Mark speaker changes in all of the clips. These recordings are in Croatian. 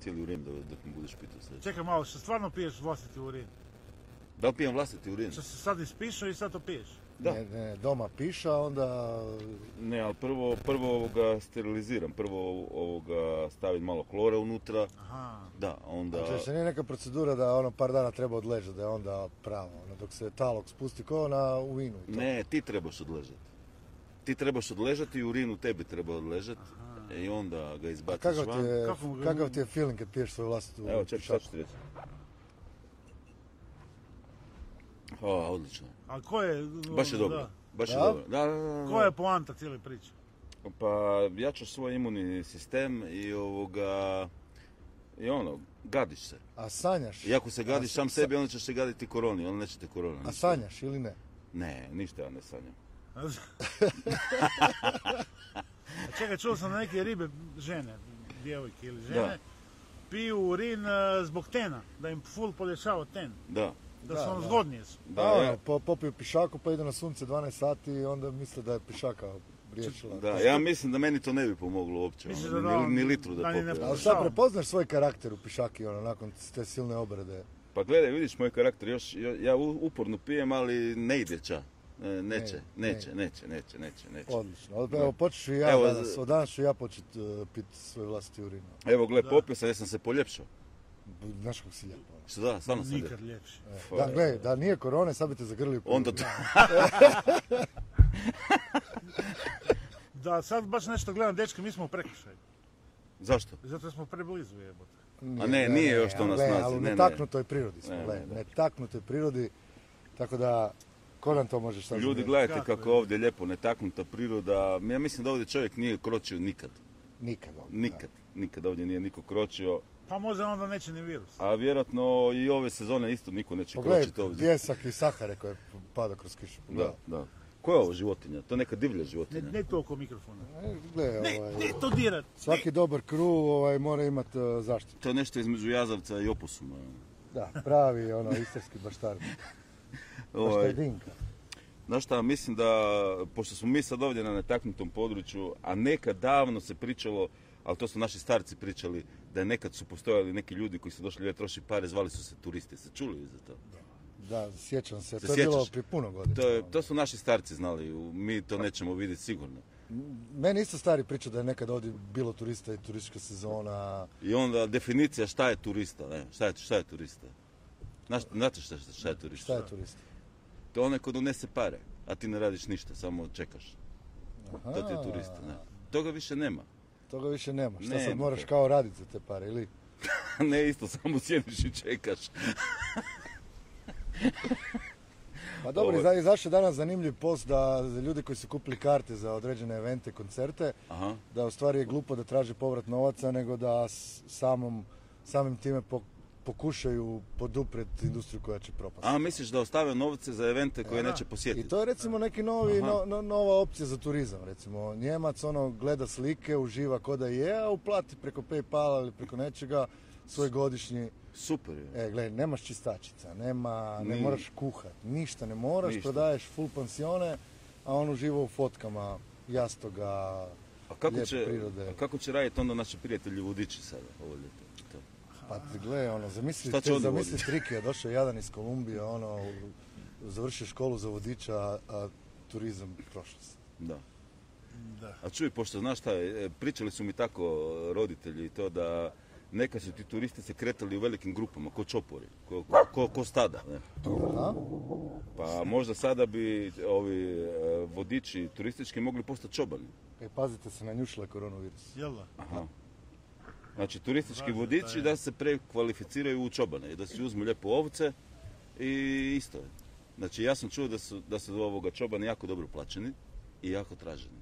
Speaker 1: cijeli urin dok, dok mi budeš pitao sljedeće.
Speaker 2: Čekaj malo, što stvarno piješ vlastiti urin?
Speaker 1: Da li pijem vlastiti urin?
Speaker 2: Što si sad ispišao i sad to piješ?
Speaker 1: Da.
Speaker 3: Ne, ne, doma piša, onda
Speaker 1: Ne, ali prvo, prvo ovoga steriliziram, prvo ovoga stavim malo klora unutra,
Speaker 2: Aha.
Speaker 1: da, a onda...
Speaker 3: Znači, se nije neka procedura da ono par dana treba odležati, da je onda pravo, ono, dok se talog spusti ko na u vinu. i to.
Speaker 1: Ne, ti trebaš odležati. Ti trebaš odležati i urin u tebi treba odležati i onda ga
Speaker 3: A
Speaker 1: izbaciš
Speaker 3: kakav ti,
Speaker 1: van.
Speaker 3: je,
Speaker 2: Kako ga-
Speaker 3: kakav ti je feeling kad piješ svoju vlastitu
Speaker 1: Evo, čekaj, šta
Speaker 3: šaku?
Speaker 1: ću ti reći? O, odlično.
Speaker 2: A ko je... ono,
Speaker 1: Baš je
Speaker 2: da.
Speaker 1: dobro. Baš je
Speaker 3: Da?
Speaker 1: dobro. Da, da, da, da.
Speaker 2: Koja je poanta cijele priče?
Speaker 1: Pa jačaš svoj imunni sistem i ovoga... I ono, gadiš se.
Speaker 3: A sanjaš?
Speaker 1: I ako se gadiš
Speaker 3: A-
Speaker 1: sam
Speaker 3: sa-
Speaker 1: sebi, onda ćeš se gaditi koroni, onda neće te korona.
Speaker 3: A
Speaker 1: ništa.
Speaker 3: sanjaš ili ne?
Speaker 1: Ne, ništa ja ne sanjam.
Speaker 2: A čekaj, čuo sam da neke ribe, žene, djevojke ili žene,
Speaker 1: Da.
Speaker 2: piju urin e, zbog tena, da im full polješava ten,
Speaker 1: Da.
Speaker 2: da,
Speaker 3: Da,
Speaker 2: su ono
Speaker 3: da.
Speaker 2: zgodnije su.
Speaker 1: Da,
Speaker 3: Da,
Speaker 1: ja,
Speaker 3: ono, po- popiju pišaku pa idu na sunce 12 sati i onda misle da je pišaka riješila.
Speaker 1: da, ja mislim da meni to ne bi pomoglo uopće.
Speaker 2: Misliš
Speaker 1: ono,
Speaker 2: da
Speaker 1: ni,
Speaker 2: da-
Speaker 1: ni litru da
Speaker 2: da ni ne
Speaker 1: popijem.
Speaker 3: Ali
Speaker 2: Šta
Speaker 3: šta
Speaker 2: ono?
Speaker 3: prepoznaš svoj karakter u pišaki ono, nakon te silne obrade?
Speaker 1: Pa gledaj, vidiš moj karakter, još, ja- ja u- uporno pijem, ali ne ide ča. E, Neće,
Speaker 3: Ne,
Speaker 1: neće, neće, neće, neće, neće.
Speaker 3: Odlično. Od- Evo, počet ću i ja
Speaker 1: Evo,
Speaker 3: danas.
Speaker 1: z-
Speaker 3: Od danas ću ja počet uh, pit svoj vlastiti urin.
Speaker 1: Evo, gle,
Speaker 2: Da.
Speaker 1: popio sam, ja sam se poljepšao.
Speaker 3: B- Znaš kako si lijepo. ono.
Speaker 1: Što da, stvarno sam
Speaker 2: Nikad
Speaker 1: lijep.
Speaker 2: ljepše.
Speaker 1: Pa,
Speaker 3: Da, gledaj, da nije korone, sad bi te zagrlio. u
Speaker 1: Onda
Speaker 3: urin.
Speaker 1: to,
Speaker 2: Da, sad baš nešto gledam, dečki, mi smo u prekršaju.
Speaker 1: zašto?
Speaker 2: Zato jer smo preblizu jebote.
Speaker 3: Nije,
Speaker 1: A ne,
Speaker 3: da,
Speaker 1: nije još to na
Speaker 3: gle,
Speaker 1: snazi,
Speaker 3: Ali u
Speaker 1: ne, ne.
Speaker 3: netaknutoj prirodi smo,
Speaker 1: Ne, ne,
Speaker 3: gle,
Speaker 1: da.
Speaker 3: netaknutoj prirodi, tako da, ko nam to može šta
Speaker 1: Ljudi,
Speaker 3: zamjeriti?
Speaker 1: gledajte
Speaker 2: Kako je?
Speaker 1: kako je ovdje lijepo, netaknuta priroda. Ja mislim da ovdje čovjek nije kročio nikad.
Speaker 3: Nikad. ono, da.
Speaker 1: Nikad, nikad ovdje nije niko kročio.
Speaker 2: Pa možda onda neće ni virus.
Speaker 1: A vjerojatno i ove sezone isto niko neće kročiti
Speaker 3: Pogledaj
Speaker 1: ovdje.
Speaker 3: pjesak i sahare koje pada kroz kišu.
Speaker 1: Da, da. Ko je ovo životinja? To je neka divlja životinja.
Speaker 2: Ne, ne to oko mikrofona.
Speaker 3: E, Gle,
Speaker 2: Ne,
Speaker 3: ovaj,
Speaker 2: ne to dirat.
Speaker 3: svaki dobar kru ovaj, mora imati uh, zaštitu.
Speaker 1: To je nešto između jazavca i opusuma. ono.
Speaker 3: Da, pravi ono, istarski baštar.
Speaker 1: Ovaj,
Speaker 3: Baštardinka.
Speaker 1: Znaš šta, mislim da, pošto smo mi sad ovdje na netaknutom području, a nekad davno se pričalo, ali to su naši starci pričali, da je nekad su postojali neki ljudi koji su došli ljudi troši pare, zvali su se turisti. Se čuli za to?
Speaker 3: Da, sjećam se.
Speaker 1: Se
Speaker 3: To je bilo
Speaker 1: sjećaš?
Speaker 3: prije puno godina.
Speaker 1: Pa To, je, to su naši starci znali, u- mi to nećemo vidjeti sigurno.
Speaker 3: Meni isto stari priča da je nekad ovdje bilo turista i turistička sezona.
Speaker 1: I onda definicija šta je turista, ne? Šta je, šta je turista? Znaš, znate šta, šta je turista?
Speaker 3: Šta je turista?
Speaker 1: To je onaj ko donese pare, a ti ne radiš ništa, samo čekaš. To ti je turista, ne? Toga više nema.
Speaker 3: Toga više nema. Šta sad
Speaker 1: Nema
Speaker 3: moraš
Speaker 1: toga.
Speaker 3: kao raditi za te pare ili?
Speaker 1: ne isto, samo sjediš i čekaš.
Speaker 3: Pa dobro,
Speaker 1: Ovo-
Speaker 3: iza- izašao je danas zanimljiv post da za ljudi koji su kupili karte za određene evente, koncerte,
Speaker 1: Aha.
Speaker 3: da u stvari je glupo da traže povrat novaca, nego da s- samom, samim time po- pokušaju podupret industriju koja će propasti.
Speaker 1: A misliš da ostave novce za evente koje neće
Speaker 3: I
Speaker 1: posjetiti?
Speaker 3: to je recimo neki novi, no- no- nova opcija za turizam, recimo. Njemac ono gleda slike, uživa ko da je, a uplati preko Paypala ili preko nečega svoj godišnji.
Speaker 1: Super je.
Speaker 3: E, gle, nemaš čistačica, nema, ne
Speaker 1: Ni-
Speaker 3: moraš kuhat, ništa ne moraš,
Speaker 1: Ništa.
Speaker 3: prodaješ full pansione, a on uživa u fotkama jastoga,
Speaker 1: A kako
Speaker 3: lijepe
Speaker 1: će,
Speaker 3: prirode.
Speaker 1: a kako će raditi onda naši prijatelji vodiči sada ovo ljeto? To.
Speaker 3: Pa gle, ono, zamisli,
Speaker 1: Šta će
Speaker 3: te-
Speaker 1: oni
Speaker 3: zamisli
Speaker 1: voditi?
Speaker 3: trike, došao je jadan iz Kolumbije, ono, u- završio školu za vodiča, a, a turizam prošlost.
Speaker 1: Da.
Speaker 2: Da.
Speaker 1: A čuj, pošto znaš šta, je, e, pričali su mi tako e, roditelji i to da neka su ti turisti se kretali u velikim grupama, ko čopori, ko, ko, ko, ko stada. Ne?
Speaker 3: Aha.
Speaker 1: Pa možda sada bi ovi e, vodiči turistički mogli postati čobani.
Speaker 3: E, pazite se, nanjušila je koronavirus.
Speaker 2: Jel da?
Speaker 1: Aha. Znači turistički
Speaker 2: Važno,
Speaker 1: vodiči
Speaker 2: taj.
Speaker 1: da se prekvalificiraju u čobane i da si uzmu lijepo ovce i isto je. Znači ja sam čuo da su, da su ovoga čobani jako dobro plaćeni i jako traženi.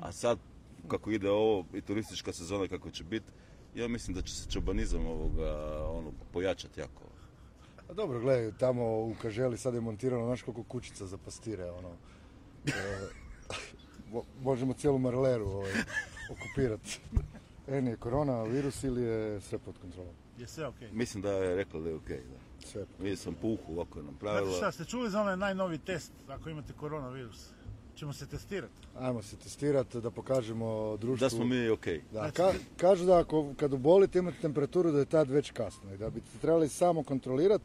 Speaker 1: A sad kako ide ovo i turistička sezona kako će biti, ja mislim da će se čobanizam ovoga ono, pojačati jako.
Speaker 3: A Pa dobro, gledaj, tamo u Kaželi sad je montirano, znaš koliko kućica za pastire, ono. E, mo- možemo cijelu Marleru ovaj, okupirati. E, nije korona, virus ili je sve pod kontrolom?
Speaker 2: Je sve okej.
Speaker 1: Mislim da je rekla da je okej. da.
Speaker 3: Sve je pod
Speaker 1: Vidio sam puku ovako je
Speaker 2: Znate
Speaker 1: napravila.
Speaker 2: šta, ste čuli za onaj najnoviji test ako imate koronavirus? ćemo se testirati.
Speaker 3: Ajmo se testirati da pokažemo društvu.
Speaker 1: Da smo mi ok.
Speaker 3: Da, ka- kažu da ako, kad obolite imate temperaturu da je tad već kasno i da bi trebali samo kontrolirati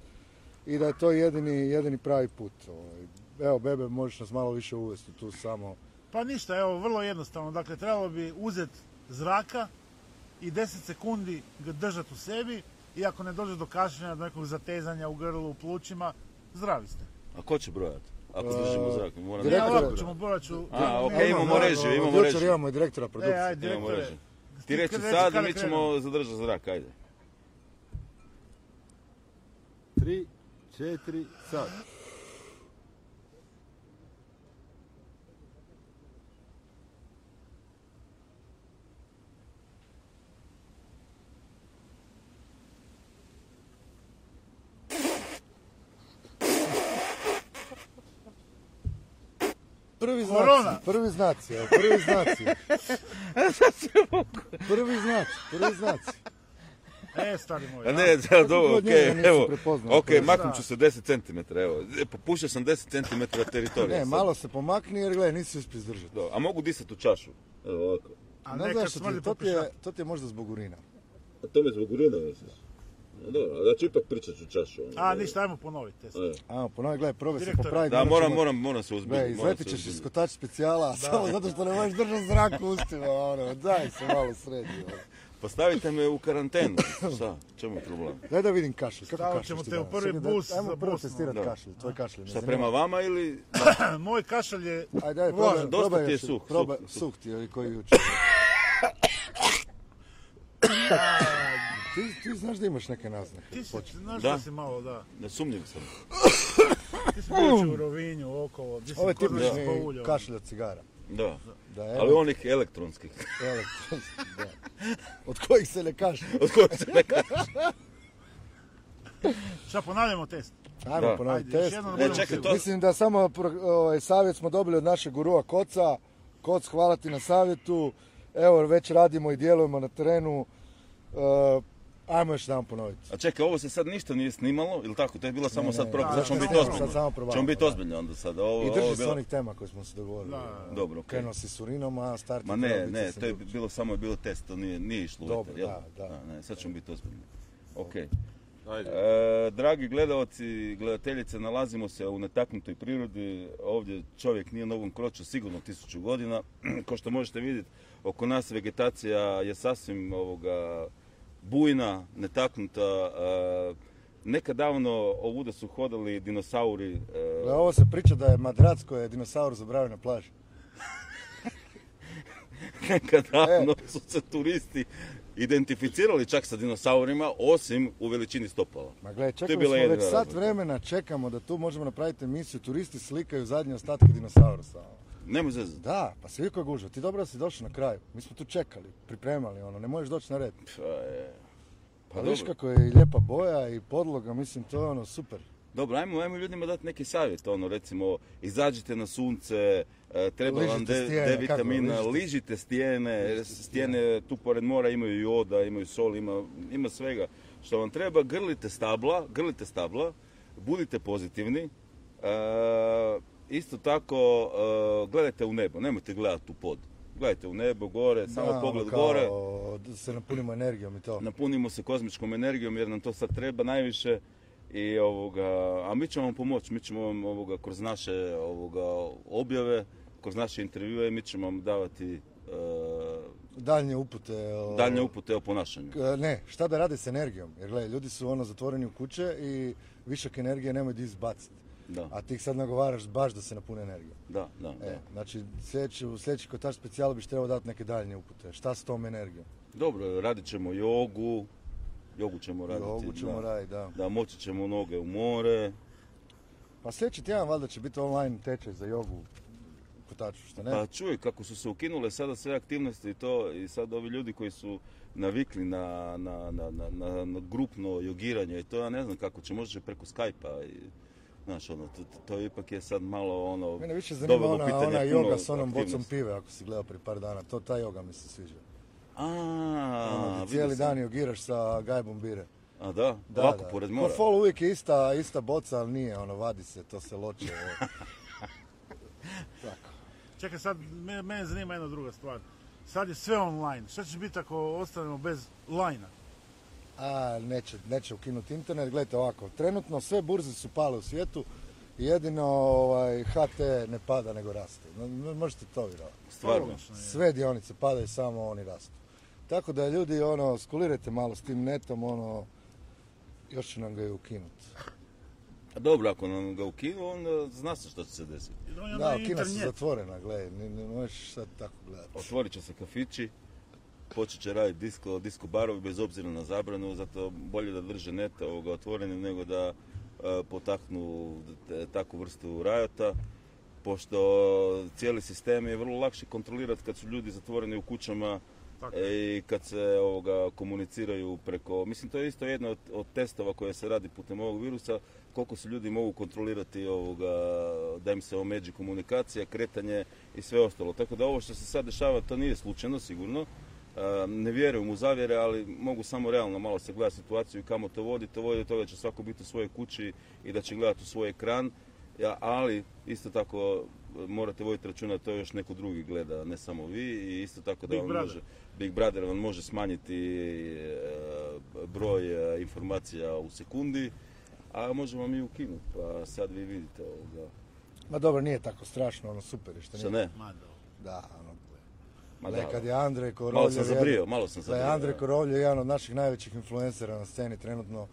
Speaker 3: i da je to jedini, jedini pravi put. ovaj. Evo, Bebe, možeš nas malo više uvesti tu samo.
Speaker 2: Pa ništa, evo, vrlo jednostavno. Dakle, trebalo bi uzeti zraka i 10 sekundi ga držati u sebi i ako ne dođe do kašljenja, do nekog zatezanja u grlu, u plućima, zdravi ste.
Speaker 1: A ko će brojati? Ako
Speaker 2: Pa,
Speaker 3: E,
Speaker 1: držimo zrak, moram...
Speaker 2: Ja
Speaker 3: Direktore.
Speaker 2: ovako ćemo borat ću...
Speaker 1: A, ok,
Speaker 2: Ne,
Speaker 1: E, imamo
Speaker 2: ne,
Speaker 1: režiju,
Speaker 3: od
Speaker 1: imamo
Speaker 3: jučer
Speaker 1: režiju.
Speaker 3: imamo i direktora produkcije.
Speaker 2: E, ajde,
Speaker 1: Imamo
Speaker 2: direktore.
Speaker 1: reći. Ti reći
Speaker 2: kad
Speaker 1: sad,
Speaker 2: kada
Speaker 1: mi
Speaker 2: krenemo?
Speaker 1: ćemo zadržati zrak, ajde.
Speaker 4: 3, 4, sad.
Speaker 3: Prvi
Speaker 2: Korona.
Speaker 3: znaci, prvi znaci, evo, prvi znaci. Prvi znaci, prvi znaci.
Speaker 2: E, stari moj.
Speaker 1: A
Speaker 2: ja.
Speaker 1: ne, da, dobro,
Speaker 3: od
Speaker 1: okej,
Speaker 3: njega nisam
Speaker 1: evo,
Speaker 3: prepoznao,
Speaker 1: ok,
Speaker 3: to je
Speaker 1: maknut ću se 10 cm, evo, E, popušio sam 10 cm teritorija.
Speaker 3: Ne,
Speaker 1: sad.
Speaker 3: malo se pomakni jer gledaj, nisi uspio izdržati.
Speaker 1: Do, a mogu disati u čašu? Evo ovako.
Speaker 2: A
Speaker 3: Ne
Speaker 2: ne,
Speaker 3: znaš
Speaker 2: kad
Speaker 3: što ti je,
Speaker 2: smrdi
Speaker 3: to ti je,
Speaker 2: popušak.
Speaker 3: to ti je možda zbog urina.
Speaker 1: A to me zbog urina misliš? No, dobro, znači ipak pričat ću čašu. ono,
Speaker 2: A,
Speaker 1: dobro.
Speaker 2: ništa, ajmo ponoviti test.
Speaker 1: E.
Speaker 3: A, ponovi, gledaj, probaj se
Speaker 2: Direktore.
Speaker 3: popraviti.
Speaker 1: Da,
Speaker 3: onda
Speaker 1: moram,
Speaker 3: ćemo-
Speaker 1: moram, moram se uzbiljiti.
Speaker 3: Gle, izletit ćeš iz kotač specijala, samo zato što ne možeš držati zrak u ustima, ono, daj se malo sredi. Ono.
Speaker 1: Postavite me u karantenu. Šta? Čemu je problem?
Speaker 3: Daj da vidim kašelj, kako
Speaker 2: Stavit
Speaker 3: kašljaš
Speaker 2: ćemo
Speaker 3: ti
Speaker 2: te u
Speaker 3: danas?
Speaker 2: prvi
Speaker 3: Čekaj da-
Speaker 2: bus za
Speaker 3: Ajmo prvo
Speaker 2: bus,
Speaker 3: testirati
Speaker 1: ono.
Speaker 3: kašelj, tvoj kašelj. me
Speaker 1: Šta,
Speaker 3: zanima.
Speaker 1: prema vama ili...
Speaker 2: Moj kašalj je...
Speaker 3: Ajde, ajde,
Speaker 2: Vlažan,
Speaker 3: probaj,
Speaker 1: dosta
Speaker 3: probaj
Speaker 1: ti je
Speaker 3: još-
Speaker 1: suh,
Speaker 3: Probaj,
Speaker 1: suh, suh.
Speaker 3: suh ti je koji juče. ti, ti znaš da imaš neke naznake.
Speaker 2: Ti si, znaš
Speaker 1: Da.
Speaker 2: da si malo, da.
Speaker 1: Ne sumnjiv sam.
Speaker 2: Ti si bio jučer u Rovinju, okolo, gdje si
Speaker 3: Mm. Ovo je
Speaker 2: kod nas pa
Speaker 3: tipični
Speaker 2: pouljao.
Speaker 3: kašelj od cigara.
Speaker 1: Da.
Speaker 3: Da,
Speaker 1: Ali onih elektronskih.
Speaker 3: elektronski, da. Od kojih se ne kašlja.
Speaker 1: Od kojih se ne kaže.
Speaker 2: Šta, ponavljamo test?
Speaker 3: Ajmo
Speaker 1: Da.
Speaker 3: ponoviti
Speaker 2: Ajde, još
Speaker 3: test.
Speaker 2: jednom
Speaker 1: E, čekaj, to...
Speaker 3: Mislim da samo pro- ovaj, savjet smo dobili od našeg gurua Koca. Koc, hvala ti na savjetu. Evo, već radimo i djelujemo na terenu. E, ajmo još jedan ponoviti.
Speaker 1: A čekaj, ovo se sad ništa nije snimalo, ili tako? To je bila samo
Speaker 3: Ne,
Speaker 1: sad
Speaker 3: ne,
Speaker 1: proba.
Speaker 3: da,
Speaker 1: Sad ćemo
Speaker 3: da,
Speaker 1: biti
Speaker 3: da,
Speaker 1: ozbiljni.
Speaker 3: sad samo probavamo,
Speaker 1: Ćemo biti
Speaker 3: da.
Speaker 1: ozbiljni onda sad. Ovo,
Speaker 3: I
Speaker 1: ovo je
Speaker 3: drži se
Speaker 1: bilo-
Speaker 3: onih tema koje smo se dogovorili.
Speaker 2: Da.
Speaker 1: Dobro, okej.
Speaker 3: Krenuo si s urinom, a start
Speaker 1: Ma
Speaker 3: je trebao
Speaker 1: ne,
Speaker 3: biti
Speaker 1: ne,
Speaker 3: sa
Speaker 1: to je
Speaker 3: drugim.
Speaker 1: bilo samo je bilo test, to nije, nije išlo u
Speaker 3: Dobro,
Speaker 1: eter, jel?
Speaker 3: da, da.
Speaker 1: ne, sad ćemo biti ozbiljni. Ok.
Speaker 4: Ajde.
Speaker 1: E, dragi gledalci i gledateljice, nalazimo se u netaknutoj prirodi. Ovdje čovjek nije na ovom kroču sigurno tisuću godina. Ko što možete vidjeti, oko nas vegetacija je sasvim ovoga bujna, netaknuta. E, nekad davno ovuda su hodali dinosauri. e,
Speaker 3: Gle, ovo se priča da je madrac koji je dinosaur zabravio na plaži.
Speaker 1: Nekad davno su se turisti identificirali čak sa dinosaurima, osim u veličini stopala.
Speaker 3: Ma gledaj,
Speaker 1: je
Speaker 3: čekali
Speaker 1: bila
Speaker 3: smo
Speaker 1: jedina
Speaker 3: već sat
Speaker 1: razlika.
Speaker 3: vremena, čekamo da tu možemo napraviti emisiju. Turisti slikaju zadnje ostatke dinosaurusa.
Speaker 1: Nema zezati.
Speaker 3: Da, pa si je gužva. Ti dobro da si došao na kraju. Mi smo tu čekali, pripremali ono, ne možeš doći na red.
Speaker 1: Pa, je. Pa
Speaker 3: Pa viš
Speaker 1: dobro.
Speaker 3: kako je i lijepa boja i podloga, mislim, to je ono super.
Speaker 1: Dobro, ajmo, ajmo ljudima dati neki savjet, ono, recimo, izađite na sunce, e, treba vam
Speaker 3: Ližite
Speaker 1: D,
Speaker 3: stijene,
Speaker 1: D
Speaker 3: kako,
Speaker 1: vitamina,
Speaker 3: ližite?
Speaker 1: ližite stijene, jer stijene tu pored mora imaju joda, imaju sol, ima, ima svega što vam treba, grlite stabla, grlite stabla, budite pozitivni, E, isto tako, e, gledajte u nebo, nemojte gledati u pod, gledajte u nebo, gore, samo
Speaker 3: Da,
Speaker 1: pogled
Speaker 3: ono kao,
Speaker 1: gore
Speaker 3: Da se napunimo energijom i to.
Speaker 1: napunimo se kozmičkom energijom jer nam to sad treba najviše i ovoga, a mi ćemo vam pomoći, mi ćemo vam ovoga, kroz naše ovoga, objave, kroz naše intervjue, mi ćemo vam davati e,
Speaker 3: Daljnje upute. o-
Speaker 1: daljnje upute o ponašanju.
Speaker 3: K- Ne, šta da rade s energijom? Jer gledaj, ljudi su ono zatvoreni u kuće i višak energije nemoj di izbaciti.
Speaker 1: Da.
Speaker 3: A ti ih sad nagovaraš baš da se napune energijom.
Speaker 1: Da, da,
Speaker 3: E,
Speaker 1: da.
Speaker 3: znači, sljedeći, u sljedeći kotač specijala biš trebao dati neke daljnje upute. Šta s tom energijom?
Speaker 1: Dobro, radit ćemo jogu, jogu ćemo raditi.
Speaker 3: Jogu ćemo
Speaker 1: da.
Speaker 3: raditi, da.
Speaker 1: Da, moći ćemo noge u more.
Speaker 3: Pa sljedeći tjedan valjda će biti online tečaj za jogu u kotaču, što ne?
Speaker 1: Pa čuj, kako su se ukinule sada sve aktivnosti i to, i sad ovi ljudi koji su navikli na, na, na, na, na, na grupno jogiranje i to, ja ne znam kako će, možda će preko Skype-a i, znaš, ono, to, to- to ipak je sad malo, ono,
Speaker 3: Mene više zanima
Speaker 1: dovelo u
Speaker 3: ona,
Speaker 1: pitanje
Speaker 3: ona
Speaker 1: puno
Speaker 3: joga s onom bocom
Speaker 1: aktivnosti.
Speaker 3: pive, ako si gledao prije par dana. To ta joga mi se sviđa. Ono,
Speaker 1: A,
Speaker 3: gdje
Speaker 1: vidio
Speaker 3: cijeli
Speaker 1: sam.
Speaker 3: dan jogiraš sa gajbom bire.
Speaker 1: A da,
Speaker 3: Da,
Speaker 1: ovako,
Speaker 3: da.
Speaker 1: pored
Speaker 3: Ko
Speaker 1: mora.
Speaker 3: fol uvijek je ista, ista boca, ali nije, ono, vadi se, to se loče. ovo. Tako.
Speaker 2: Čekaj sad, me- mene zanima jedna druga stvar. Sad je sve online. Šta će biti ako ostanemo bez lajna?
Speaker 3: A, neće, neće ukinuti internet. Gledajte ovako, trenutno sve burze su pale u svijetu, jedino ovaj, HT ne pada nego raste. No, no, Možete to vjerovati.
Speaker 1: Stvarno.
Speaker 2: Logično je.
Speaker 3: Sve dionice padaju, samo oni rastu. Tako da ljudi, ono, skulirajte malo s tim netom, ono, još će nam ga i ukinuti.
Speaker 1: A dobro, ako nam ga ukinu, onda zna se što će se desiti.
Speaker 2: Jer on je
Speaker 3: Da,
Speaker 2: onaj
Speaker 3: ali Kina se
Speaker 2: internet.
Speaker 3: zatvorena, gledaj, ne, ne možeš sad tako gledati.
Speaker 1: Otvorit će se kafići, počet će raditi disco, disco barovi bez obzira na zabranu, zato bolje da drže net ovoga otvorene nego da e, potaknu te- takvu vrstu rajota, pošto cijeli sistem je vrlo lakše kontrolirati kad su ljudi zatvoreni u kućama
Speaker 2: Tako.
Speaker 1: e, i kad se ovoga komuniciraju preko, mislim to je isto jedno od, od testova koje se radi putem ovog virusa, koliko se ljudi mogu kontrolirati ovoga, da im se omeđi komunikacija, kretanje i sve ostalo. Tako da ovo što se sad dešava to nije slučajno sigurno. E, Ne vjerujem u zavjere, ali mogu samo realno malo se gledati situaciju i kamo to vodi. To vodi do toga da će svako biti u svojoj kući i da će gledati u svoj ekran. Ja, ali isto tako e, morate voditi računa da to još neko drugi gleda, ne samo vi. I isto tako da
Speaker 2: Big
Speaker 1: vam
Speaker 2: Brother.
Speaker 1: može, Big Brother vam može smanjiti e, broj e, informacija u sekundi, a može vam i ukinuti. Pa sad vi vidite ovoga.
Speaker 3: Ma dobro, nije tako strašno, ono, super je što
Speaker 1: Šta
Speaker 3: nije.
Speaker 1: ne?
Speaker 2: Ma dobro.
Speaker 3: Da, ono,
Speaker 1: Ma da,
Speaker 3: nekad je Andrej Korovljev...
Speaker 1: malo sam
Speaker 3: jedan-
Speaker 1: zabrio, malo sam
Speaker 3: Da je
Speaker 1: zabrio.
Speaker 3: Dakle, Andrej
Speaker 1: da.
Speaker 3: Korovljev jedan od naših najvećih influencera na sceni trenutno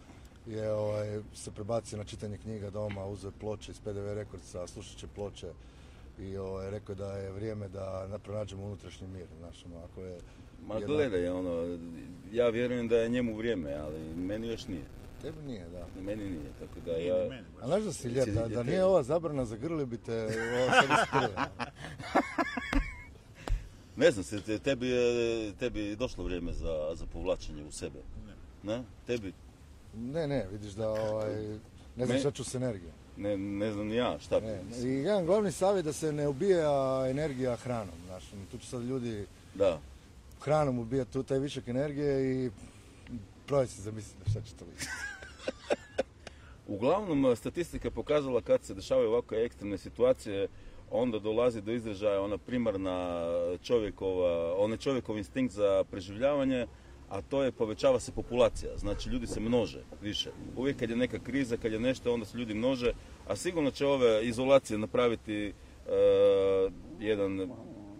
Speaker 3: je ovaj, se prebacio na čitanje knjiga doma, uzeo je ploče iz PDV Rekordsa, slušat će ploče i ovaj, rekao je da je vrijeme da na- pronađemo unutrašnji mir. Znaš, ono, ako je,
Speaker 1: Ma
Speaker 3: jedan-
Speaker 1: gledaj, ono, ja vjerujem da je njemu vrijeme, ali meni još nije.
Speaker 3: Tebi nije, da.
Speaker 1: Meni nije, tako da
Speaker 2: Nije ni
Speaker 1: ja...
Speaker 2: meni
Speaker 3: A
Speaker 2: baš.
Speaker 3: znaš da si lijep, da, da
Speaker 1: Tebi.
Speaker 3: nije ova zabrana zagrlio bi te ovo sad iskrilo.
Speaker 1: Ne znam, se, te- tebi, je- tebi je došlo vrijeme za, za povlačenje u sebe. Ne? Tebi,
Speaker 3: Ne, ne, vidiš da ovaj, ne znam
Speaker 1: Me-
Speaker 3: šta ću s energijom.
Speaker 1: ne, ne znam ni ja šta bi.
Speaker 3: Ne,
Speaker 1: mislim.
Speaker 3: I jedan glavni savjet da se ne ubija energija hranom. Znaš, ono, tu će sad ljudi
Speaker 1: Da.
Speaker 3: hranom ubija tu taj višak energije i probaj se zamisliti na šta će to biti.
Speaker 1: Uglavnom, eh, statistika je pokazala kad se dešavaju ovakve ekstremne situacije, onda dolazi do izražaja ona primarna e, čovjekova, onaj čovjekov instinkt za preživljavanje, a to je povećava se populacija. Znači, ljudi se množe više. Uvijek kad je neka kriza, kad je nešto, onda se ljudi množe, a sigurno će ove izolacije napraviti eh, jedan,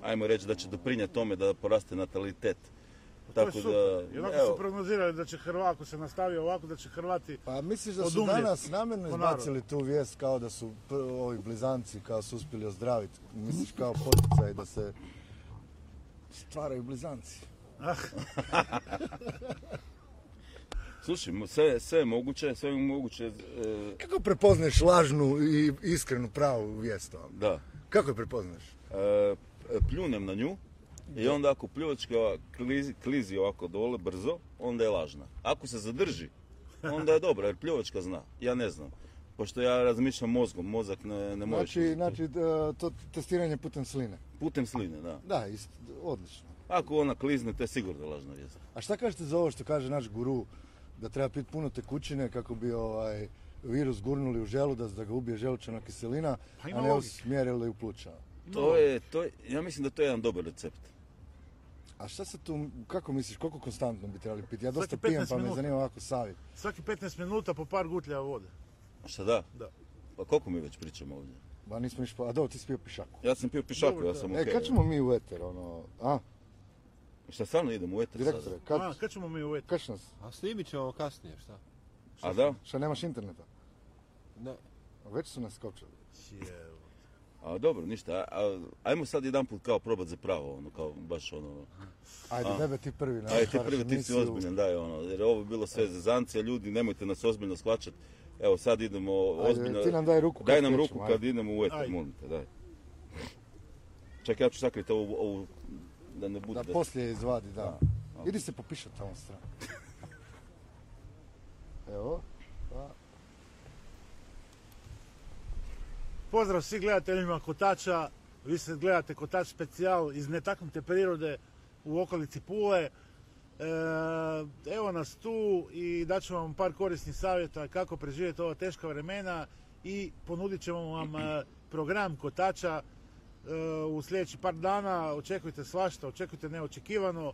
Speaker 1: ajmo reći da će doprinijeti tome da poraste natalitet.
Speaker 2: To je
Speaker 1: Tako da,
Speaker 2: super. I onako
Speaker 1: evo,
Speaker 2: su prognozirali da će Hrvati, ako se nastavi ovako, da će Hrvati...
Speaker 3: Pa misliš da su
Speaker 2: Odumlje.
Speaker 3: danas namjerno
Speaker 2: Po narodu.
Speaker 3: izbacili tu vijest kao da su pr- ovi blizanci kao su uspjeli ozdraviti? Misliš kao poticaj da se stvaraju blizanci?
Speaker 1: slušaj, mo- sve, sve je moguće, sve je moguće, eh,
Speaker 3: Kako prepoznaješ lažnu i iskrenu pravu vijest? ono?
Speaker 1: da.
Speaker 3: Kako je prepoznaš?
Speaker 1: E, pljunem na nju i onda ako pljuvačka klizi, klizi ovako dole brzo, onda je lažna. Ako se zadrži, onda je dobra jer pljuvačka zna. Ja ne znam. Pošto ja razmišljam mozgom, mozak ne, ne može.
Speaker 3: Znači, znači e, to testiranje putem sline.
Speaker 1: Putem sline, da.
Speaker 3: Da, isto, odlično.
Speaker 1: Ako ona klizne, to je sigurno lažna vijest.
Speaker 3: A šta kažete za ovo što kaže naš guru, da treba piti puno tekućine kako bi ovaj virus gurnuli u želudac, da ga ubije želučana kiselina,
Speaker 2: Pa ima
Speaker 3: a ne
Speaker 2: logike.
Speaker 3: usmjerili u pluća?
Speaker 1: To je, to je, ja mislim da to je jedan dobar recept.
Speaker 3: A šta se tu, kako misliš, koliko konstantno bi trebali piti? Ja dosta
Speaker 2: Svaki 15
Speaker 3: pijem pa me
Speaker 2: minuta.
Speaker 3: zanima ovako savjet.
Speaker 2: Svaki 15 minuta po par gutlja vode.
Speaker 1: A Šta da?
Speaker 2: Da.
Speaker 1: Pa koliko mi već pričamo ovdje?
Speaker 3: Ba nismo ništa, a dobro ti si pio pišaku.
Speaker 1: Ja sam pio pišaku,
Speaker 2: Dobro,
Speaker 1: ja
Speaker 2: da.
Speaker 1: sam
Speaker 3: E,
Speaker 1: okej.
Speaker 3: kad ćemo mi u eter, ono, a,
Speaker 1: Šta stvarno idem u eter sada?
Speaker 3: direktore, kad,
Speaker 2: A, kad ćemo mi u eter?
Speaker 3: kad će nas,
Speaker 4: A Pa snimit ćemo kasnije, šta?
Speaker 1: A da?
Speaker 3: šta nemaš interneta?
Speaker 4: Ne.
Speaker 3: Već su nas skočili.
Speaker 2: Jevo.
Speaker 1: A dobro, ništa. A, a, ajmo sad jedan put kao probat za pravo, ono, kao baš ono...
Speaker 3: Ajde, tebe ti prvi na
Speaker 1: Ajde, ti prvi ti si ozbiljan, daj, ono, jer ovo je bilo sve zezancija, ljudi, nemojte nas ozbiljno shvaćati. Evo, sad idemo ozbiljno.
Speaker 3: ti nam daj ruku kad
Speaker 1: Daj nam
Speaker 3: krećemo,
Speaker 1: ruku
Speaker 3: ajde.
Speaker 1: kad idemo u eter,
Speaker 2: Ajde.
Speaker 1: molim te, daj. Čekaj, ja ću sakriti ovu, ovu da ne bude.
Speaker 3: Da
Speaker 1: da-
Speaker 3: poslije izvadi, da. Idi se popišat tamo stranu. Evo, pa,
Speaker 2: Pozdrav svim gledateljima Kotača. Vi se gledate Kotač specijal iz netaknute prirode u okolici Pule. E, evo nas tu i daćemo vam par korisnih savjeta kako preživjeti ova teška vremena i ponudit ćemo vam e, program Kotača e, E, u sljedeći par dana očekujte svašta, očekujte neočekivano. E,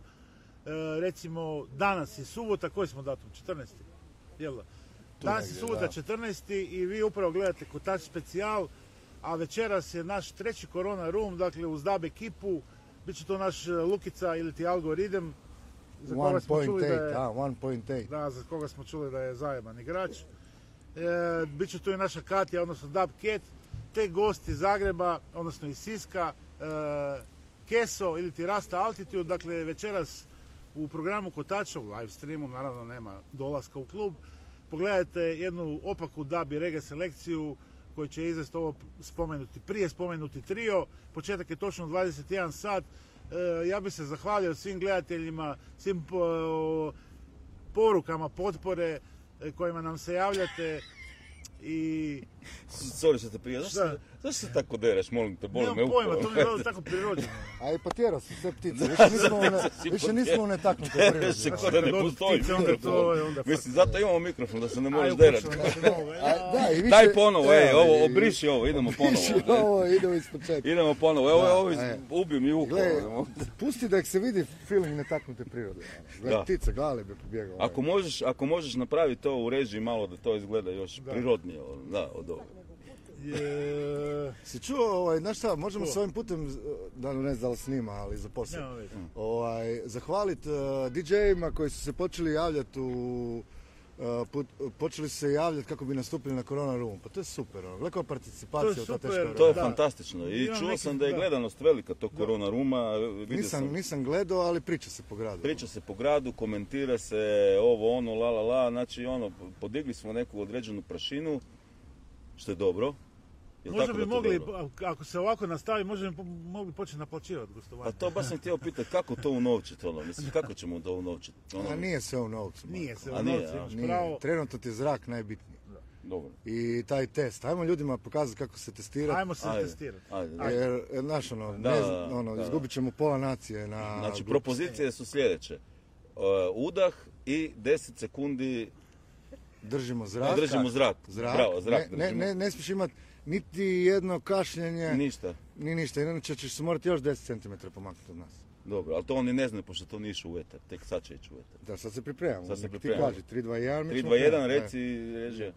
Speaker 2: recimo, danas je subota, koji smo datum? 14. Jel da? Danas je
Speaker 3: negdje,
Speaker 2: subota
Speaker 3: da.
Speaker 2: 14. i vi upravo gledate Kotač specijal, a večeras je naš treći Corona Room, dakle uz DAB ekipu. Biće to naš e, Lukica ili ti Algo Ridem. Za koga smo čuli da
Speaker 3: 1.8,
Speaker 2: je,
Speaker 3: da, 1.8.
Speaker 2: da, za koga smo čuli da je zajeban igrač. E, Biće tu i naša Katja, odnosno Dab Cat, te gosti Zagreba, odnosno iz Siska, e, Keso ili ti Rasta Altitude, dakle večeras u programu Kotača, u live streamu, naravno nema dolaska u klub, pogledajte jednu opaku Dab i Rege selekciju koji će izvesti ovo spomenuti, prije spomenuti trio, početak je točno u 21 sat, E, ja bi se zahvalio svim gledateljima, svim po- porukama potpore e, kojima nam se javljate i
Speaker 1: Sorry što te prije, zašto,
Speaker 2: Šta?
Speaker 1: zašto se tako dereš, molim te, boli
Speaker 2: nemam
Speaker 1: me
Speaker 2: pojma,
Speaker 1: upravo.
Speaker 2: to mi je bilo tako prirođeno.
Speaker 3: A i potjerao si sve ptice, više nismo u ne,
Speaker 1: si
Speaker 3: više
Speaker 1: potjerao.
Speaker 3: nismo u netaknutoj
Speaker 1: Dereš se
Speaker 3: prirodi.
Speaker 1: ko da ne
Speaker 2: Kad odu
Speaker 1: postoji
Speaker 2: ptice, onda
Speaker 1: mikrofon.
Speaker 2: to je onda fuck.
Speaker 1: Mislim, zato imamo mikrofon, da se ne
Speaker 2: Aj,
Speaker 1: možeš
Speaker 2: uključeno
Speaker 1: derati.
Speaker 2: nešto novo, e.
Speaker 3: A, da, i više,
Speaker 1: Daj ponovo, ej,
Speaker 3: da,
Speaker 1: ovo,
Speaker 3: i-
Speaker 1: obriši ovo, idemo
Speaker 3: Više
Speaker 1: ponovo. ono.
Speaker 3: ovo, idemo iz početka.
Speaker 1: Idemo ponovo, evo,
Speaker 3: Da,
Speaker 1: ovo iz-
Speaker 3: e.
Speaker 1: ubio mi uho.
Speaker 3: Gle,
Speaker 1: ono.
Speaker 3: pusti da ih se vidi feeling netaknute prirode. ono. Gle,
Speaker 1: Da.
Speaker 3: ptice, gale bi pobjegao. ovaj.
Speaker 1: Ako možeš, ako možeš napraviti to u režiji malo da to izgleda još prirodnije, ono, da, od ovoga.
Speaker 2: Je,
Speaker 3: Si čuo, ovaj, znaš šta, možemo
Speaker 2: Čuo.
Speaker 3: s ovim putem, z- da ne znam da li snima, ali za posao.
Speaker 2: Nema veze.
Speaker 3: Ovaj, zahvalit eh, DJ-ima koji su se počeli javljati u... eh, put- počeli su se javljati kako bi nastupili na Corona Room. Pa to je super, ono. Gle koja participacija
Speaker 2: To je
Speaker 3: u ta
Speaker 2: super,
Speaker 3: teška
Speaker 1: To je
Speaker 2: Da.
Speaker 3: vremena.
Speaker 1: fantastično. I
Speaker 2: Imam
Speaker 1: čuo
Speaker 2: neki-
Speaker 1: sam da je
Speaker 2: da.
Speaker 1: gledanost velika tog korona ruma. Vidio
Speaker 3: Nisam,
Speaker 1: sam,
Speaker 3: nisam gledao, ali priča se po gradu.
Speaker 1: priča se po gradu, komentira se ovo, ono, la, la, la. Znači, ono, podigli smo neku određenu prašinu, što je dobro. Jel
Speaker 2: Možda
Speaker 1: tako
Speaker 2: bi
Speaker 1: da to
Speaker 2: mogli,
Speaker 1: dobro?
Speaker 2: a- ako se ovako nastavi, možda bi po- mogli početi naplaćivati
Speaker 1: Pa
Speaker 2: gostovanje.
Speaker 1: to baš sam htio pitati, kako to unovčiti, ono, mislim, kako ćemo to unovčiti? Ono,
Speaker 3: A nije sve u novcu. Marko.
Speaker 2: Nije se,
Speaker 1: A
Speaker 2: u
Speaker 1: nije,
Speaker 2: novcu
Speaker 1: a?
Speaker 2: imaš
Speaker 3: Nije.
Speaker 2: pravo.
Speaker 3: Trenutno ti je zrak najbitniji.
Speaker 1: Dobro.
Speaker 3: I taj test. Ajmo ljudima pokazati kako se testirati.
Speaker 2: Ajmo se
Speaker 1: Ajde,
Speaker 2: testirati.
Speaker 1: ajde, da.
Speaker 3: Jer, znaš, ono,
Speaker 1: Da,
Speaker 3: ne,
Speaker 1: da,
Speaker 3: ono
Speaker 1: da.
Speaker 3: izgubit ćemo pola nacije na...
Speaker 1: Znači,
Speaker 3: gluposti.
Speaker 1: propozicije su sljedeće. E, udah i 10 sekundi
Speaker 3: Držimo zrak.
Speaker 1: držimo zrak.
Speaker 3: Zrak.
Speaker 1: Bravo, zrak
Speaker 3: ne, ne,
Speaker 1: držimo.
Speaker 3: ne, ne smiješ imati niti jedno kašljenje,
Speaker 1: Ništa.
Speaker 3: ni ništa. Inače ćeš se morati još 10 cm pomaknuti od nas.
Speaker 1: Dobro, ali to oni ne znaju, pošto to nije išlo u etar. Tek sad će ići u etar.
Speaker 3: Da, sad se pripremamo.
Speaker 1: Sad se
Speaker 3: Nek
Speaker 1: pripremamo.
Speaker 3: Ti kaži, 3, 2, 1.
Speaker 1: 3, 2,
Speaker 3: E,
Speaker 1: 1, reci, režija.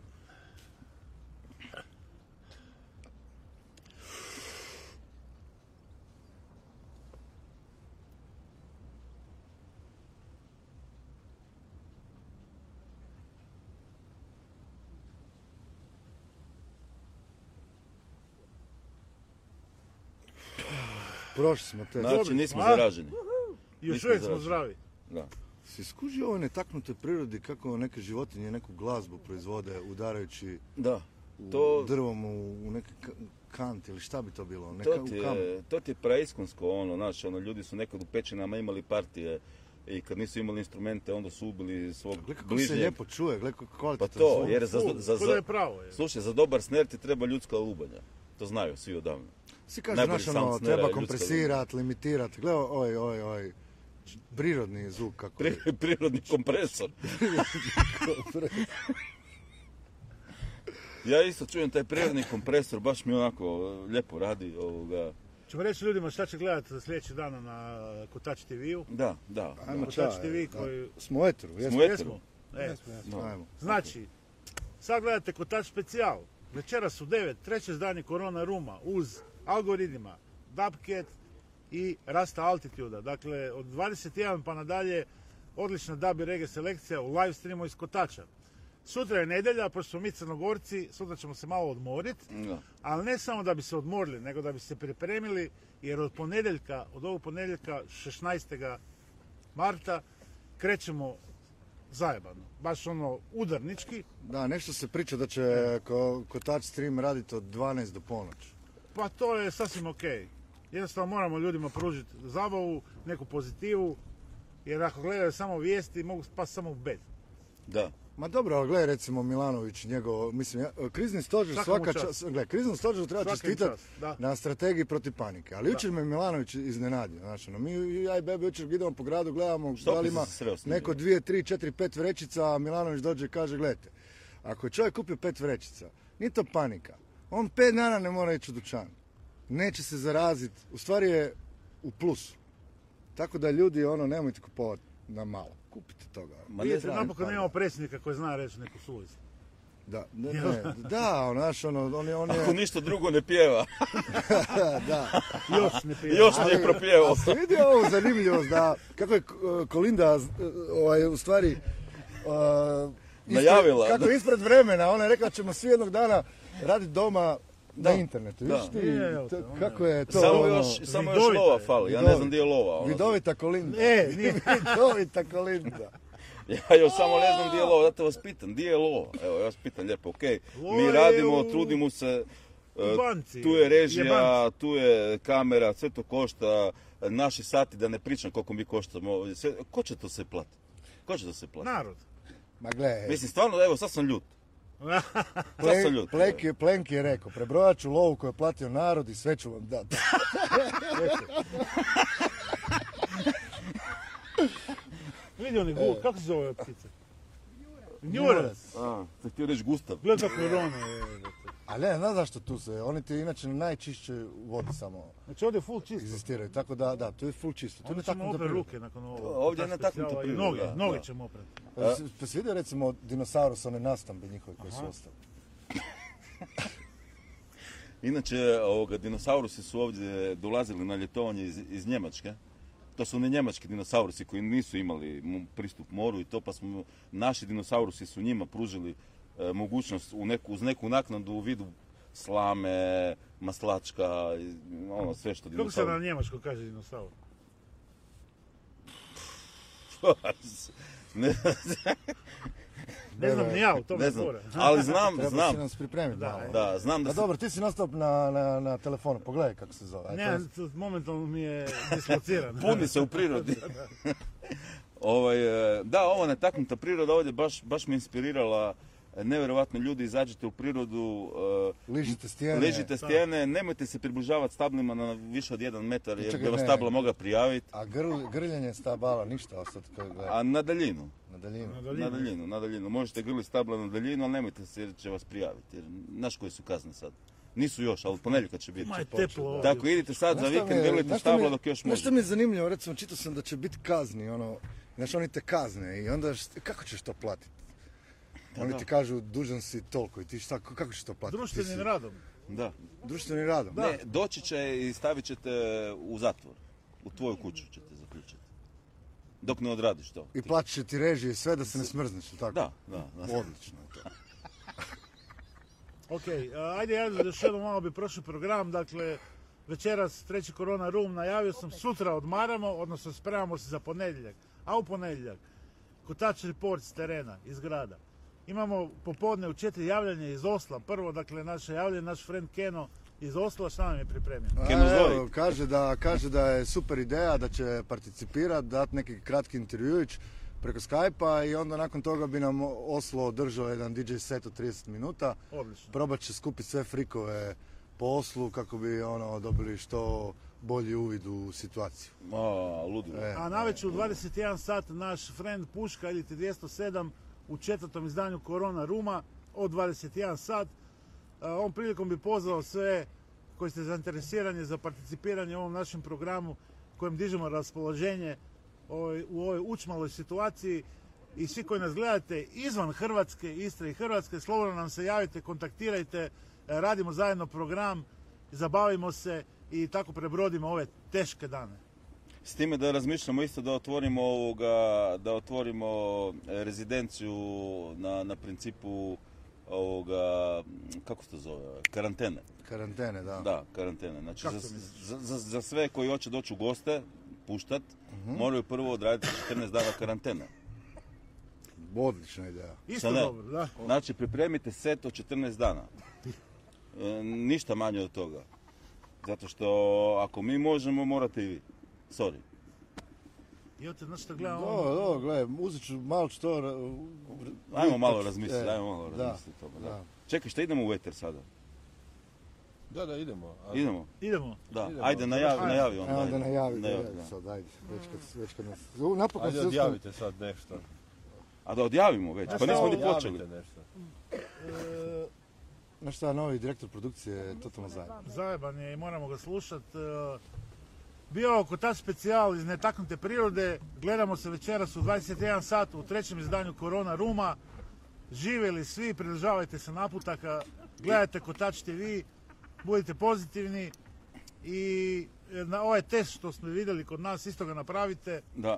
Speaker 3: Prošli smo te.
Speaker 1: Znači,
Speaker 2: Dobri
Speaker 1: nismo
Speaker 2: smo, a?
Speaker 1: zaraženi.
Speaker 2: Još
Speaker 1: Nismo
Speaker 2: uvijek smo
Speaker 1: zaraženi.
Speaker 2: zdravi.
Speaker 1: Da.
Speaker 3: Si skuži ovoj netaknutoj prirodi kako neke životinje neku glazbu proizvode udarajući
Speaker 1: Da.
Speaker 3: u
Speaker 1: To,
Speaker 3: drvom u, u neki ka- kant ili šta bi to bilo? Neka,
Speaker 1: to, ti
Speaker 3: u kamen.
Speaker 1: je, to ti je praiskonsko, ono, znaš, ono, ljudi su nekad u pećinama imali partije i kad nisu imali instrumente, onda su ubili svog
Speaker 3: Gle kako se
Speaker 1: bližnjeg.
Speaker 3: lijepo čuje, gle kako kvalitetno
Speaker 1: Pa to,
Speaker 3: zvuk.
Speaker 1: jer za,
Speaker 2: Ful,
Speaker 1: za,
Speaker 2: ko da
Speaker 1: za-
Speaker 2: je pravo. Je.
Speaker 1: Slušaj, za dobar sner ti treba ljudska lubanja. To znaju svi odavno.
Speaker 3: Svi kažu,
Speaker 1: Najbolji
Speaker 3: znaš, ono,
Speaker 1: sound snare je
Speaker 3: treba
Speaker 1: ljudska
Speaker 3: kompresirati, limitirati. Gle, oj, oj, oj, ovaj, prirodni zvuk kako je.
Speaker 1: Pri- prirodni kompresor. ja isto čujem taj prirodni kompresor, baš mi onako e, lijepo radi. Ovoga.
Speaker 2: Ćemo reći ljudima šta će gledati za sljedeći dana na Kotač TV-u.
Speaker 1: Da, da.
Speaker 3: Pa Ajmo
Speaker 2: Kotač
Speaker 3: čao,
Speaker 2: TV
Speaker 3: da.
Speaker 2: koji-
Speaker 3: Smo u eteru, jesmo?
Speaker 1: u eteru.
Speaker 2: Jesmo? E,
Speaker 1: No.
Speaker 3: Ajmo.
Speaker 2: Znači, sad gledate Kotač specijal. Večeras u 9, treće zdanje Korona Ruma uz algoritma Dubcat i Rasta Altituda. Dakle, od 21 pa nadalje odlična dub i reggae selekcija u live streamu iz Kotača. Sutra je nedjelja, pošto smo mi crnogorci, sutra ćemo se malo odmoriti.
Speaker 1: Da.
Speaker 2: Ali ne samo da bi se odmorili, nego da bi se pripremili, jer od ponedjeljka, od ovog ponedjeljka 16. marta krećemo zajebano. Baš ono udarnički.
Speaker 3: Da, nešto se priča da će ko, kotač stream raditi od 12 do ponoći.
Speaker 2: Pa to je sasvim ok. Jednostavno moramo ljudima pružiti zabavu, neku pozitivu, jer ako gledaju samo vijesti mogu spati samo u bed.
Speaker 1: Da.
Speaker 3: Ma dobro, ali gledaj recimo Milanović, njegov, mislim, ja- krizni stožer
Speaker 2: Svaka mu
Speaker 3: svaka
Speaker 2: čast.
Speaker 3: čast, gledaj, kriznom stožeru treba
Speaker 2: Svaka im
Speaker 3: čestitati
Speaker 2: čast, da.
Speaker 3: na strategiji protiv panike. Ali jučer me Milanović iznenadio, znači, ono, mi ja i bebe jučer idemo po gradu, gledamo
Speaker 1: Što
Speaker 3: da li
Speaker 1: bi se
Speaker 3: ima
Speaker 1: sreo s njim?
Speaker 3: neko dvije, tri, četiri, pet vrećica, a Milanović dođe i kaže, gledajte, ako je čovjek kupio pet vrećica, nije to panika, on pet dana ne mora ići u dućan. neće se zarazit, u stvari je u plusu. Tako da ljudi, ono, nemojte kupovati na malo. Kupite toga.
Speaker 1: Ma
Speaker 3: Bijete
Speaker 1: ne znam,
Speaker 3: na
Speaker 2: Napokon
Speaker 3: par.
Speaker 2: imamo predsjednika koji zna reći neku suvislu.
Speaker 3: Da, ne, ne, da, ono, znaš, ono, on je, on
Speaker 1: Ako
Speaker 3: je,
Speaker 1: ništa drugo ne pjeva,
Speaker 3: da, da.
Speaker 2: Još ne pije.
Speaker 1: još e, ne je propjevao.
Speaker 3: Se vidi ovo zanimljivost da kako je eh, Kolinda eh, ovaj, u stvari eh, ispred-
Speaker 1: Najavila,
Speaker 3: kako
Speaker 1: da.
Speaker 3: je ispred vremena, ona je rekla ćemo svi jednog dana raditi doma
Speaker 1: Da,
Speaker 3: na internetu.
Speaker 1: da.
Speaker 3: Viš ti
Speaker 2: Je, evo te,
Speaker 3: to-
Speaker 2: ono je.
Speaker 3: kako je to
Speaker 1: Samo
Speaker 3: ono,
Speaker 1: još, samo još
Speaker 2: vidovito
Speaker 1: lova
Speaker 2: je,
Speaker 1: fali, ja ne
Speaker 3: vidovito.
Speaker 1: znam gdje je lova. ono.
Speaker 3: vidovita Kolinda.
Speaker 2: E, nije.
Speaker 3: vidovita Kolinda.
Speaker 1: Ja još samo ne znam gdje je lova, zato vas pitam, gdje je lova? Evo, ja vas pitam lijepo, okej,
Speaker 2: Lova
Speaker 1: mi
Speaker 2: je
Speaker 1: radimo,
Speaker 2: u-
Speaker 1: trudimo se, e,
Speaker 2: U banci.
Speaker 1: tu je režija,
Speaker 2: Jebanci.
Speaker 1: tu je kamera, sve to košta, naši sati, da ne pričam koliko mi koštamo, ovdje, sve, ko će to se platiti? Ko će to se platiti?
Speaker 2: Narod.
Speaker 3: Ma gle,
Speaker 1: Mislim, stvarno, evo, sad sam ljut. Sad sam ljut.
Speaker 3: Plenk je, Plenk je rekao, prebrojat ću lovu koju je platio narod i sve ću vam dati.
Speaker 2: Vidi oni
Speaker 1: E.
Speaker 2: gul, kako se zove ove ptice? Njurac.
Speaker 1: A, sam htio reći Gustav.
Speaker 2: Gleda kako e, rone. jebote.
Speaker 3: Ali ne, ne znaš što tu se, oni ti inače na najčišćoj vodi samo
Speaker 2: Znači ovdje je full čisto.
Speaker 3: egzistiraju. Tako da, da, tu je full čisto. Tu
Speaker 2: Onda
Speaker 3: ne
Speaker 2: ćemo
Speaker 3: taknuta
Speaker 2: opre
Speaker 3: priroda.
Speaker 2: ruke nakon ovo.
Speaker 1: Ovdje ne taknuta priroda,
Speaker 2: Noge,
Speaker 1: da,
Speaker 2: noge
Speaker 1: da.
Speaker 2: ćemo oprat.
Speaker 3: Pa si- Pa si vidio recimo dinosaurus, one nastambe njihove koje su ostale?
Speaker 1: Inače, ovoga, dinosaurusi su ovdje dolazili na ljetovanje iz, iz Njemačke. To su ne njemački dinosaurusi koji nisu imali mu- pristup moru i to, pa smo, naši dinosaurusi su njima pružili e, mogućnost u neku, uz neku naknadu u vidu slame, maslačka, i ono sve što
Speaker 2: Kako se na
Speaker 1: dinosauri...
Speaker 2: njemačko kaže dinosaur?
Speaker 1: ne,
Speaker 2: Ne znam ni ja, u tome
Speaker 1: ne
Speaker 2: je
Speaker 1: znam,
Speaker 2: fora.
Speaker 1: ali znam,
Speaker 3: Treba si
Speaker 1: znam,
Speaker 3: nam pripremiti
Speaker 2: Da,
Speaker 3: malo.
Speaker 2: e.
Speaker 1: da, znam da
Speaker 3: Pa
Speaker 1: se...
Speaker 3: dobro, ti si nastop na, na, na telefonu, pogledaj kako se zove. Aj, Pa to
Speaker 2: Ne,
Speaker 3: je-
Speaker 2: to momentalno mi je dislociran.
Speaker 1: Puni se u prirodi. ovaj, e, da, ova netaknuta priroda ovdje baš, baš me inspirirala. E, Nevjerovatno ljudi, izađite u prirodu,
Speaker 3: Ližite
Speaker 1: e,
Speaker 3: stijene.
Speaker 1: ležite stijene, nemojte se približavati stablima na više od jedan metar, jer
Speaker 3: Čekaj,
Speaker 1: bi vas
Speaker 3: ne.
Speaker 1: stabla mogla prijaviti.
Speaker 3: A grl, grljenje stabala, ništa ostati kad gledaj,
Speaker 1: A na daljinu,
Speaker 3: na daljinu.
Speaker 2: Na
Speaker 1: na
Speaker 2: daljinu.
Speaker 1: daljinu, na daljinu. Možete grliti stabla na daljinu, ali nemojte se jer će vas prijaviti. Jer, znaš koje su kazne sad? Nisu još, ali ponedjeljka će biti.
Speaker 2: Ma je
Speaker 1: Početi.
Speaker 2: teplo ovdje.
Speaker 1: Tako, idite sad za
Speaker 3: Znaš šta
Speaker 1: vikend,
Speaker 3: me-
Speaker 1: grlite
Speaker 3: znaš šta
Speaker 1: stabla
Speaker 3: me-
Speaker 1: dok još
Speaker 3: Znaš
Speaker 1: možete.
Speaker 3: što mi je zanimljivo, recimo, čitao sam da će biti kazni, ono, znaš, oni te kazne i onda, št- kako ćeš to platiti? Oni
Speaker 1: da.
Speaker 3: ti kažu, dužan si toliko i ti šta, kako ćeš to platiti? Ti
Speaker 2: Društvenim
Speaker 3: si-
Speaker 2: radom.
Speaker 1: Da.
Speaker 3: Društvenim radom.
Speaker 1: Ne, doći će i stavit će te u zatvor. U tvoju kuću će te zaključiti. Dok ne odradiš to.
Speaker 3: I plaćat će ti režije i sve da se ne smrzneš, jel tako?
Speaker 1: Da, da, da.
Speaker 3: Odlično je to.
Speaker 2: Ok, a, ajde ja još jednom malo bi prošli program, dakle večeras treći Corona Room najavio sam, sutra odmaramo, odnosno spremamo se za ponedjeljak, a u ponedjeljak kotač report s terena, iz grada. Imamo popodne u četiri javljanje iz Osla, prvo dakle naše javljanje, naš friend Keno iz Osla, šta nam je pripremio?
Speaker 1: Kenozoik.
Speaker 3: A, evo, kaže, da, kaže da je super ideja, da će participirat, dat neki kratki intervjuić preko Skype-a i onda nakon toga bi nam Oslo održao jedan DJ set od 30 minuta.
Speaker 2: Odlično.
Speaker 3: Probat će skupiti sve frikove po Oslu kako bi ono dobili što bolji uvid u situaciju.
Speaker 1: Ma, ludilo.
Speaker 3: E.
Speaker 2: A navečer u 21 sat naš friend Puška ili 207 u četvrtom izdanju Korona Ruma od 21 sat. A, Ovom prilikom bi pozvao sve koji ste zainteresirani za participiranje u ovom našem programu kojem dižemo raspoloženje ovaj, u ovoj učmaloj situaciji i svi koji nas gledate izvan Hrvatske, Istre i Hrvatske, slobodno nam se javite, kontaktirajte, e, radimo zajedno program, zabavimo se i tako prebrodimo ove teške dane.
Speaker 1: S time da razmišljamo isto da otvorimo ovoga, da otvorimo e, rezidenciju na, na principu ovoga, m, kako se to zove, karantene.
Speaker 3: Karantene, da.
Speaker 1: Da, karantene. Znači,
Speaker 2: Kako
Speaker 1: za, za, za, za sve koji hoće doći u goste, puštat,
Speaker 3: Mhm.
Speaker 1: moraju prvo odraditi 14 dana karantene.
Speaker 3: Odlična ideja.
Speaker 2: Isto
Speaker 1: Sada-
Speaker 2: dobro, da.
Speaker 1: Znači, pripremite set od 14 dana. E, ništa manje od toga. Zato što ako mi možemo, morate i vi. Sorry.
Speaker 2: Jo, te znaš šta gledam?
Speaker 3: Dobro,
Speaker 2: ono-
Speaker 3: dobro, gledaj, uzet ću malo što...
Speaker 1: Ajmo malo razmisliti, ajmo malo
Speaker 3: Da.
Speaker 1: razmisliti o tome. Da.
Speaker 3: da.
Speaker 1: Čekaj, šta idemo u eter sada?
Speaker 4: Da, da, idemo. ali-
Speaker 1: Idemo?
Speaker 2: Idemo.
Speaker 1: Da,
Speaker 4: Idemo.
Speaker 1: ajde, najavi,
Speaker 2: Ajde.
Speaker 1: najavi onda.
Speaker 3: Ajmo da
Speaker 1: ajde.
Speaker 3: najavi, da,
Speaker 1: da.
Speaker 3: sad, ajde, već kad, već kad nas... U, napokon
Speaker 4: Ajde,
Speaker 3: se uspjeli-
Speaker 4: odjavite sad nešto. E,
Speaker 1: A da odjavimo već, pa nismo ni
Speaker 4: Odjavite
Speaker 1: počeli.
Speaker 4: nešto.
Speaker 2: E,
Speaker 3: Znaš šta, novi direktor produkcije je totalno zajedno.
Speaker 2: Zajeban je i moramo ga slušat. e, Bio je oko ta specijal iz netaknute prirode. Gledamo se večeras u 21 sat u trećem izdanju Korona Ruma. Živjeli svi, pridržavajte se naputaka, gledajte kotač vi, budite pozitivni i e, na ovaj test što smo vidjeli kod nas isto ga napravite.
Speaker 1: Da.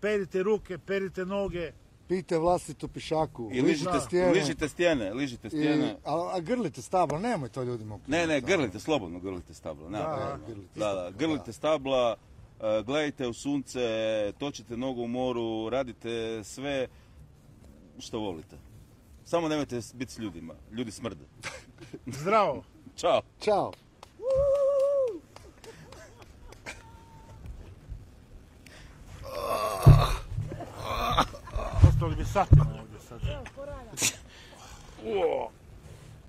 Speaker 2: Perite ruke, perite noge,
Speaker 3: Pijte vlastitu pišaku.
Speaker 1: I ližite,
Speaker 3: stijene.
Speaker 1: ližite stijene, ližite
Speaker 3: I,
Speaker 1: stijene.
Speaker 3: a, a grlite stablo, nemoj to ljudima
Speaker 1: Ne, ne,
Speaker 3: ukinuti, ono.
Speaker 1: grlite, slobodno grlite stabla. nema
Speaker 2: Da,
Speaker 1: problema.
Speaker 3: da, grlite.
Speaker 1: da, da, grlite stabla, e, gledajte u sunce, točite nogu u moru, radite sve što volite. Samo nemojte s- biti s ljudima. Ljudi smrde.
Speaker 2: zdravo.
Speaker 1: Ćao.
Speaker 3: Ćao.
Speaker 2: Ostali bi satima ovdje sad.
Speaker 5: Evo, korana.
Speaker 1: Uo.